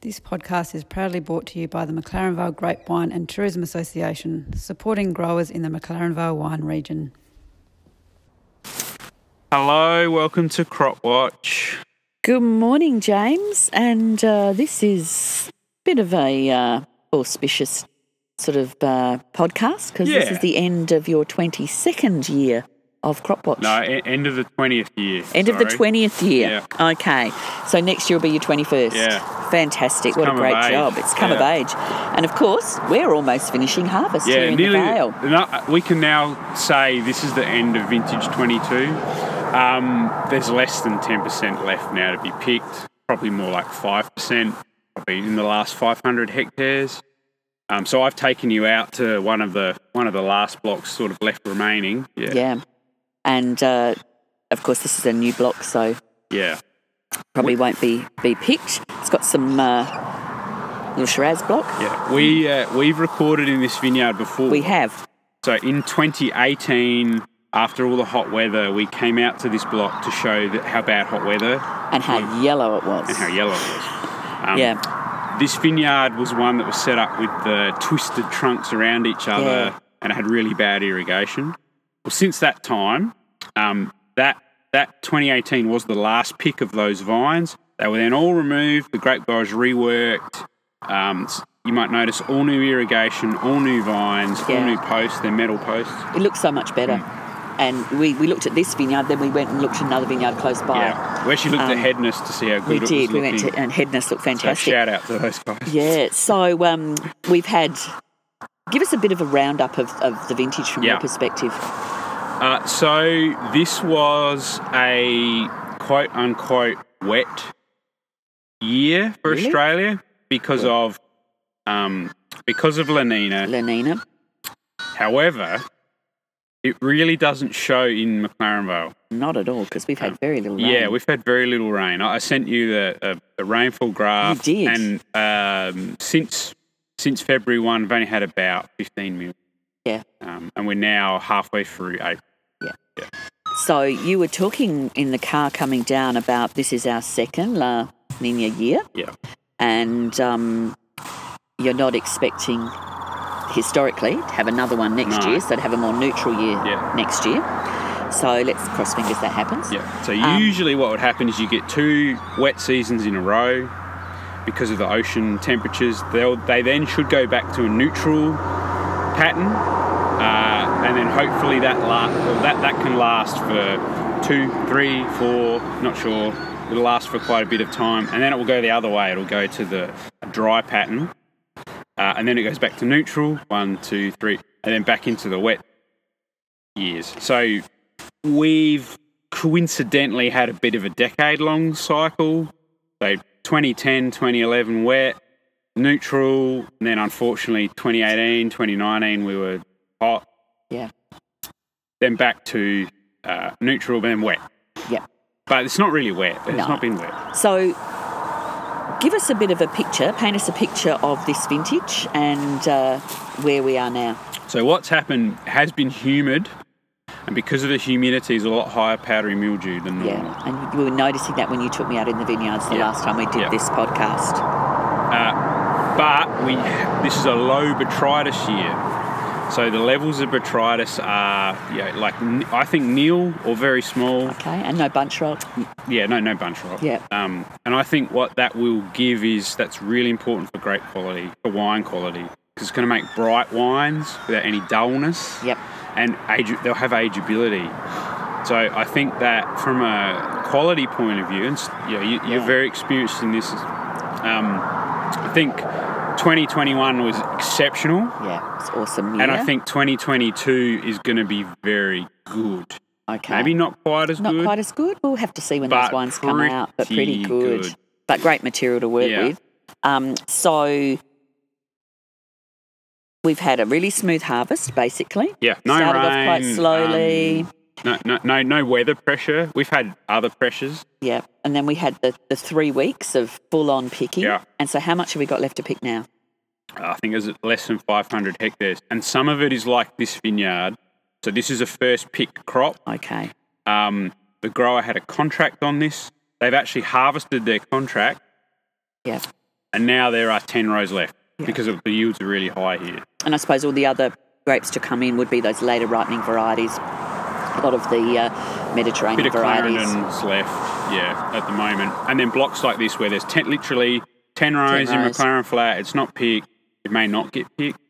This podcast is proudly brought to you by the McLaren Vale Grape Wine and Tourism Association, supporting growers in the McLaren Vale wine region. Hello, welcome to Crop Watch. Good morning, James. And uh, this is a bit of a uh, auspicious sort of uh, podcast because this Yeah. is the end of your 22nd year of Crop Watch. No, e- end of the twentieth year. End of the sorry. 20th year. Okay. So next year will be your 21st. Yeah. Fantastic. what a come of great age. job. It's come Yeah. of age. And of course, we're almost finishing harvest here Yeah, in nearly. the Vale. no, we can now say this is the end of vintage twenty-two. Um, there's less than ten percent left now to be picked. Probably more like five percent. Probably in the last five hundred hectares. Um, so I've taken you out to one of the one of the last blocks, sort of left remaining. Yeah, yeah. Yeah. And uh, of course, this is a new block, so probably won't be, be picked. It's got some uh, little Shiraz block. Yeah, we uh, we've recorded in this vineyard before. We have. So in 2018, after all the hot weather, we came out to this block to show that how bad hot weather And how yellow it was. and how yellow it was. Um, yeah. This vineyard was one that was set up with the twisted trunks around each other, Yeah. and it had really bad irrigation. Well, since that time, um, that that 2018 was the last pick of those vines. They were then all removed. The grape growers reworked. Um, s- you might notice all new irrigation, all new vines, all Yeah. new posts. They're metal posts. It looked so much better. Hmm. And we, we looked at this vineyard, then we went and looked at another vineyard close by. Yeah, we actually looked at Um, Headness to see how We good it was did. We looking. went to, and Headness looked so fantastic. shout out to those guys. Yeah. So um, we've had. Give us a bit of a roundup of, of the vintage from Yeah. your perspective. Uh, so this was a quote unquote wet year for Really? Australia because of um, because of La Nina. La Nina. However, it really doesn't show in McLaren Vale. Not at all, because we've had very little rain. Um, Yeah, we've had very little rain. I I sent you the, the, the rainfall graph. You did. And um, since since February one, we've only had about fifteen mil. Yeah. Um, and we're now halfway through April. So you were talking in the car coming down about this is our second La Nina year. Yeah. and um, you're not expecting historically to have another one next No. year, so to have a more neutral year Yeah. next year. So let's cross fingers that happens. Yeah. So Um, usually, what would happen is you get two wet seasons in a row because of the ocean temperatures. They'll, they then should go back to a neutral pattern, uh, and then hopefully that la- well, that that can last for two, three, four. Not sure. It'll last for quite a bit of time, and then it will go the other way. It'll go to the dry pattern, uh, and then it goes back to neutral. One, two, three, and then back into the wet years. So we've coincidentally had a bit of a decade long cycle. So 2010, 2011 wet, neutral, and then unfortunately 2018, 2019 we were hot, Yeah. then back to uh, neutral, then wet. Yeah. But it's not really wet. It's No. not been wet. So give us a bit of a picture, paint us a picture of this vintage and uh, where we are now. So what's happened has been humid, and because of the humidity, there's a lot higher powdery mildew than normal. Yeah, and you- we were noticing that when you took me out in the vineyards the Mm. Yeah. last time we did Yeah. this podcast. but we this is a low botrytis year so the levels of botrytis are yeah like n- i think nil or very small Okay, and no bunch rock. yeah no no bunch rock Yeah. um, and i think what that will give is that's really important for grape quality for wine quality because it's going to make bright wines without any dullness Yep. and age, they'll have ageability. So I think that from a quality point of view, and s- you know, you, you're Yeah. very experienced in this. Um, I think 2021 was exceptional, Yeah, it's awesome. and I year. think 2022 is going to be very good. okay. Maybe not quite as Not good. quite as good. We'll have to see when but those wines come out, but pretty pretty good. good. But great material to work Yeah. with. Um, so we've had a really smooth harvest, basically. yeah, no Started rain. off quite slowly. um, no, no, no, no weather pressure. We've had other pressures. yeah. And then we had the, the three weeks of full on picking. Yeah. And so how much have we got left to pick now? I think it's less than 500 hectares, and some of it is like this vineyard. So this is a first pick crop. Okay. Um, the grower had a contract on this. They've actually harvested their contract Yeah. and now there are 10 rows left because of the yields are really high here. And I suppose all the other grapes to come in would be those later ripening varieties. A lot of the uh, Mediterranean bit of varieties. Clarendon's left, yeah, at the moment. And then blocks like this where there's ten, literally 10 rows in rows. McLaren Flat. It's not picked. It may not get picked.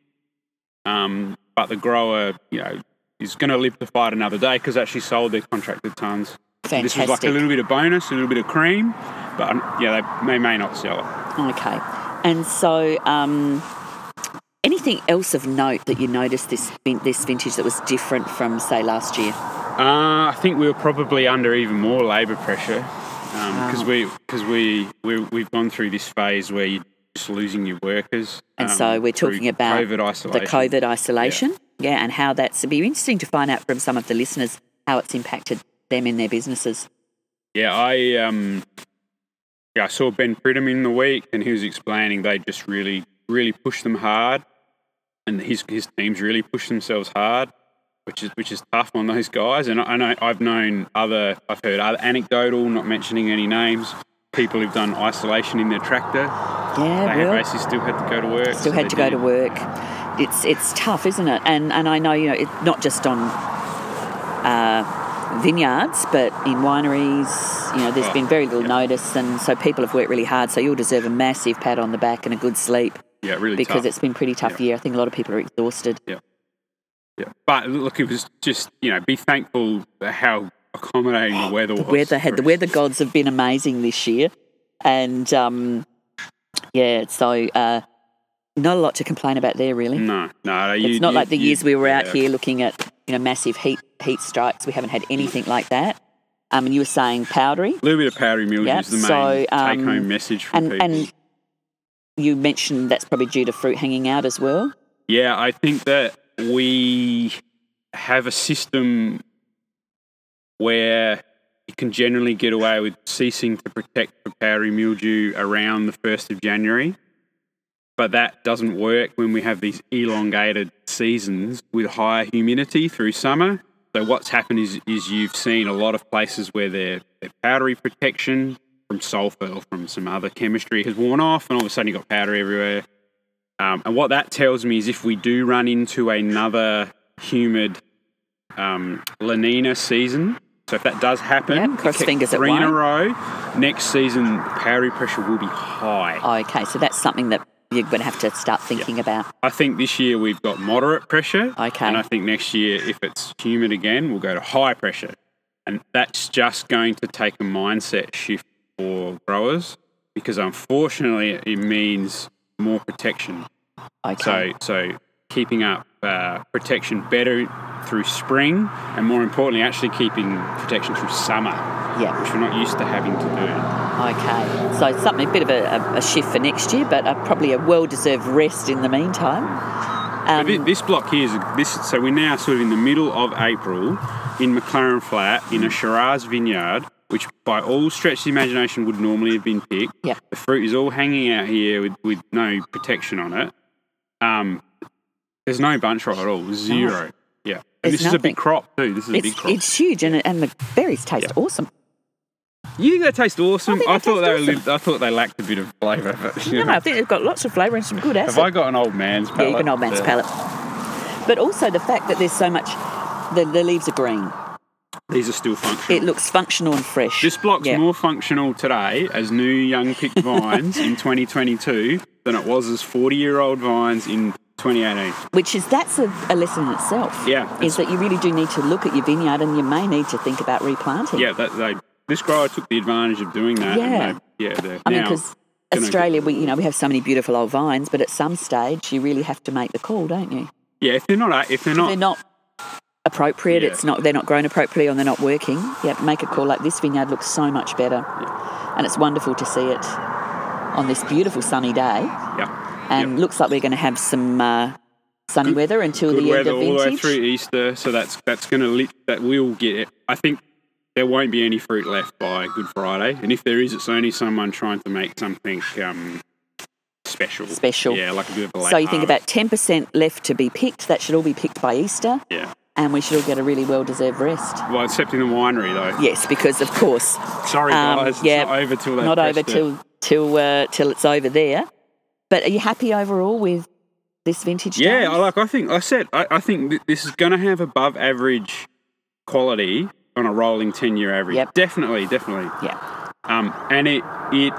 Um, but the grower, you know, is going to live to fight another day because actually sold their contracted tons. This is like a Fantastic. little bit of bonus, a little bit of cream. But um, yeah, they, they may not sell it. Okay. And so, um, anything else of note that you noticed this vin- this vintage that was different from say last year? Uh, I think we were probably under even more labour pressure because we because we, we we've gone through this phase where you're just losing your workers. And um, so we're through talking about COVID isolation. the COVID isolation, yeah. and how that's it'd be interesting to find out from some of the listeners how it's impacted them in their businesses. Yeah, I um, yeah, I saw Ben Pridham in the week, and he was explaining they just really, really push them hard, and his his teams really push themselves hard, which is which is tough on those guys. And I, and I I've known other, I've heard other anecdotal, not mentioning any names, people who've done isolation in their tractor. They Yeah, had well, basically still had to go to work. still so had they to go to did. work. It's it's tough, isn't it? And and I know you know it, not just on uh, vineyards, but in wineries. You know, there's Oh, been very little yeah. notice, and so people have worked really hard. So you'll deserve a massive pat on the back and a good sleep Yeah, really because tough. it's been pretty tough Yeah. year. I think a lot of people are exhausted. Yeah. But look, it was just you know, be thankful for how accommodating the weather was. the weather had the Chris. weather gods have been amazing this year, and um, yeah, so uh, not a lot to complain about there really. No, no, you, it's not you- like the you- years we were out yeah. here looking at you know massive heat heat strikes. We haven't had anything like that. Um, and you were saying powdery, A little bit of powdery mildew Yep, is the main so, um, take-home message from and people. and you mentioned that's probably due to fruit hanging out as well. yeah, I think that we have a system where you can generally get away with ceasing to protect for powdery mildew around the first of January, but that doesn't work when we have these elongated seasons with higher humidity through summer. So what's happened is is you've seen a lot of places where their, their powdery protection from sulfur or from some other chemistry has worn off, and all of a sudden you've got powder everywhere. Um, and what that tells me is if we do run into another humid um, La Nina season, so if that does happen, Yep, cross okay, fingers at three in a one. row, next season powdery pressure will be high. Okay, so that's something that you're going to have to start thinking about. I think this year we've got moderate pressure, Okay. and I think next year if it's humid again, we'll go to high pressure, and that's just going to take a mindset shift for growers because unfortunately it means more protection. Okay, So, so keeping up uh, protection better through spring, and more importantly, actually keeping protection through summer, yeah. which we're not used to having to Okay, so something a bit of a, a, a shift for next year, but uh probably a well-deserved rest in the meantime. do. But thi- Um, this block here is this. So we're now sort of in the middle of April in McLaren Flat in a Shiraz vineyard, which by all stretch of the imagination would normally have been picked. Yeah. The fruit is all hanging out here with, with no protection on it. Um, there's no bunch rot at all, zero. Yeah. And There's this is a nothing. big crop too. This is a big it's, crop. it's huge, and, and the berries taste awesome. You think they taste awesome? think I, they thought taste they were. awesome. Li- I thought they lacked a bit of flavour. But, you No, know. no, I think they've got lots of flavour and some good Have acid. I got an old man's yeah, palate? you can old man's palate. But also the fact that there's so much, the, the leaves are green. These are still It functional. looks functional and fresh. Hmm. this block's Yeah. more functional today as new young picked vines in 2022 than it was as 40 year old vines in 2018. Which is that's a, a lesson in itself. Yeah, is it's- that you really do need to look at your vineyard, and you may need to think about replanting. Yeah, that, they, this grower took the advantage of doing that. Yeah. And they, yeah. They're I mean, now, because you know, Australia, we you know we have so many beautiful old vines, but at some stage you really have to make the call, don't you? yeah, if they're not, if they're not, They're not appropriate. Yeah. It's not they're not grown appropriately, and they're not working. You have to make a call. Like this vineyard looks so much better, and it's wonderful to see it on this beautiful sunny day. yeah, And yeah. looks like we're going to have some uh, sunny weather until good the weather end of all the way vintage. through Easter. So that's that's going to lit that will get it. I think there won't be any fruit left by Good Friday, and if there is, it's only someone trying to make something um, special. Special. yeah, like um, a bit of a late So you think harvest. about ten percent left to be picked. That should all be picked by Easter, yeah. and we should all get a really well-deserved rest. Well, except in the winery though. Yes, because of course Sorry Um, guys, it's yeah, not over till they not press over the- till till uh, till it's over there. But are you happy overall with this vintage? Yeah, James? I like I think I said I, I think th- this is going to have above average quality on a rolling ten year average. Yep. Definitely, definitely. Yeah, Um, and it it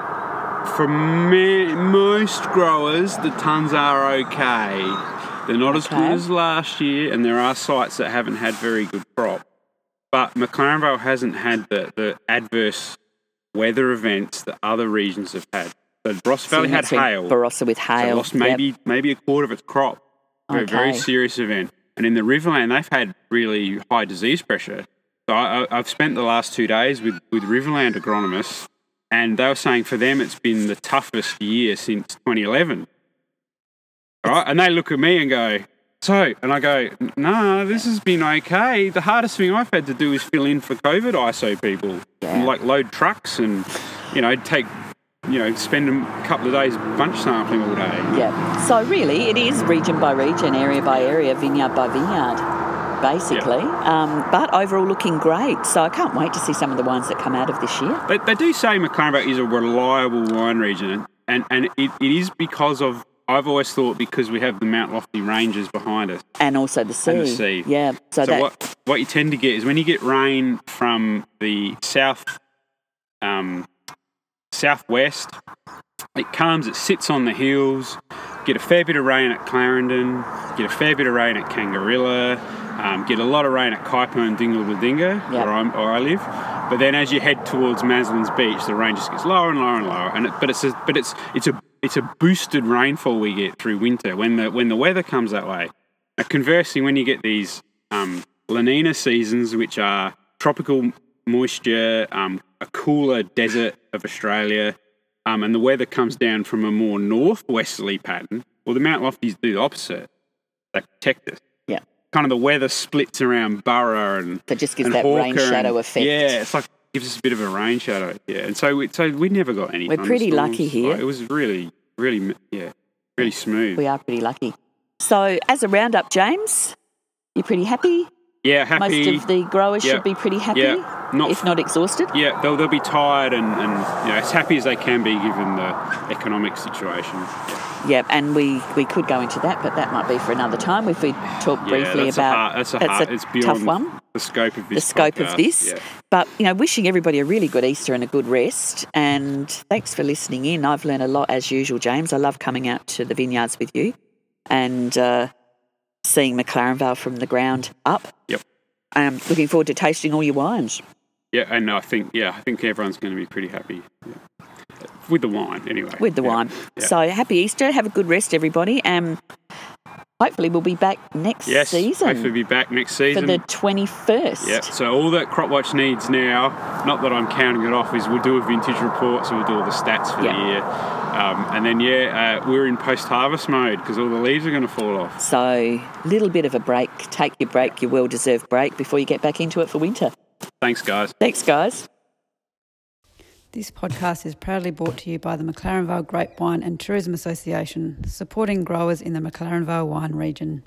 for me, most growers the tons are okay. They're not as Okay. good as last year, and there are sites that haven't had very good crop. But McLarenvale hasn't had the, the adverse weather events that other regions have had. So Ross So Valley had that's been hail. Barossa with So hail. lost maybe Yep. maybe a quarter of its crop for a very Okay. serious event. And in the Riverland, they've had really high disease pressure. So I, I- I've spent the last two days with, with Riverland agronomists, and they were saying for them it's been the toughest year since 2011. All right, and they look at me and go, "So," and I go, "No, this has been okay. The hardest thing I've had to do is fill in for COVID ISO people, Yeah. like load trucks and you know take." You know, spend a couple of days bunch sampling all day. Yeah. So really, it is region by region, area by area, vineyard by vineyard, basically. Um, but overall, looking great. So I can't wait to see some of the wines that come out of this year. They, they do say McLaren is a reliable wine region, and, and it, it is because of, I've always thought, because we have the Mount Lofty Ranges behind us. and also the sea. And the sea. Yeah. So, So, that what, what you tend to get is when you get rain from the south, um, southwest, it comes, it sits on the hills, get a fair bit of rain at Clarendon, get a fair bit of rain at Kangarilla, um, get a lot of rain at Kuiper and Dinglewadinga, Yeah. where, I'm, where I live. But then as you head towards Maslin's Beach, the rain just gets lower and lower and lower. And it, but it's a, but it's it's a it's a boosted rainfall we get through winter when the when the weather comes that way. Now, conversely, when you get these um, La Nina seasons, which are tropical moisture, um, a cooler desert of Australia, um, and the weather comes down from a more northwesterly pattern, well, the Mount Lofties do the opposite. They protect us. yeah. Kind of the weather splits around Burra and That just gives and that rain Hawker shadow and- effect. Yeah, it's like gives us a bit of a rain shadow. Yeah, and so we, so we never got any. We're pretty thunderstorms. lucky here. Like, it was really, really, m- yeah, really smooth. We are pretty lucky. So as a roundup, James, you're pretty happy. yeah, happy. Most of the growers Yeah. should be pretty happy, Yeah. Not if not exhausted. Yeah, they'll, they'll be tired and, and you know, as happy as they can be given the economic situation. Yeah, and we, we could go into that, but that might be for another time if we talk briefly that's about a hard, that's a hard, it's beyond tough one. the scope of the this. scope podcast. of this. Yeah. But you know, wishing everybody a really good Easter and a good rest. And thanks for listening in. I've learned a lot as usual, James. I love coming out to the vineyards with you and uh, seeing McLaren Vale from the ground up. Yep. I'm looking forward to tasting all your wines. Yeah, and I think yeah, I think everyone's going to be pretty happy yeah. with the wine anyway. with the Yeah. wine. Yeah. So happy Easter. Have a good rest, everybody. And hopefully we'll be back next Yes, season hopefully be back next for season. the 21st. yeah, so all that CropWatch needs now, not that I'm counting it off, is we'll do a vintage report, so we'll do all the stats for Yeah. the year. Um, and then, yeah, uh, we're in post harvest mode because all the leaves are going to fall off. So little bit of a break. Take your break, your well-deserved break before you get back into it for winter. Thanks, guys. Thanks, guys. This podcast is proudly brought to you by the McLaren Vale Grape Wine and Tourism Association, supporting growers in the McLaren Vale wine region.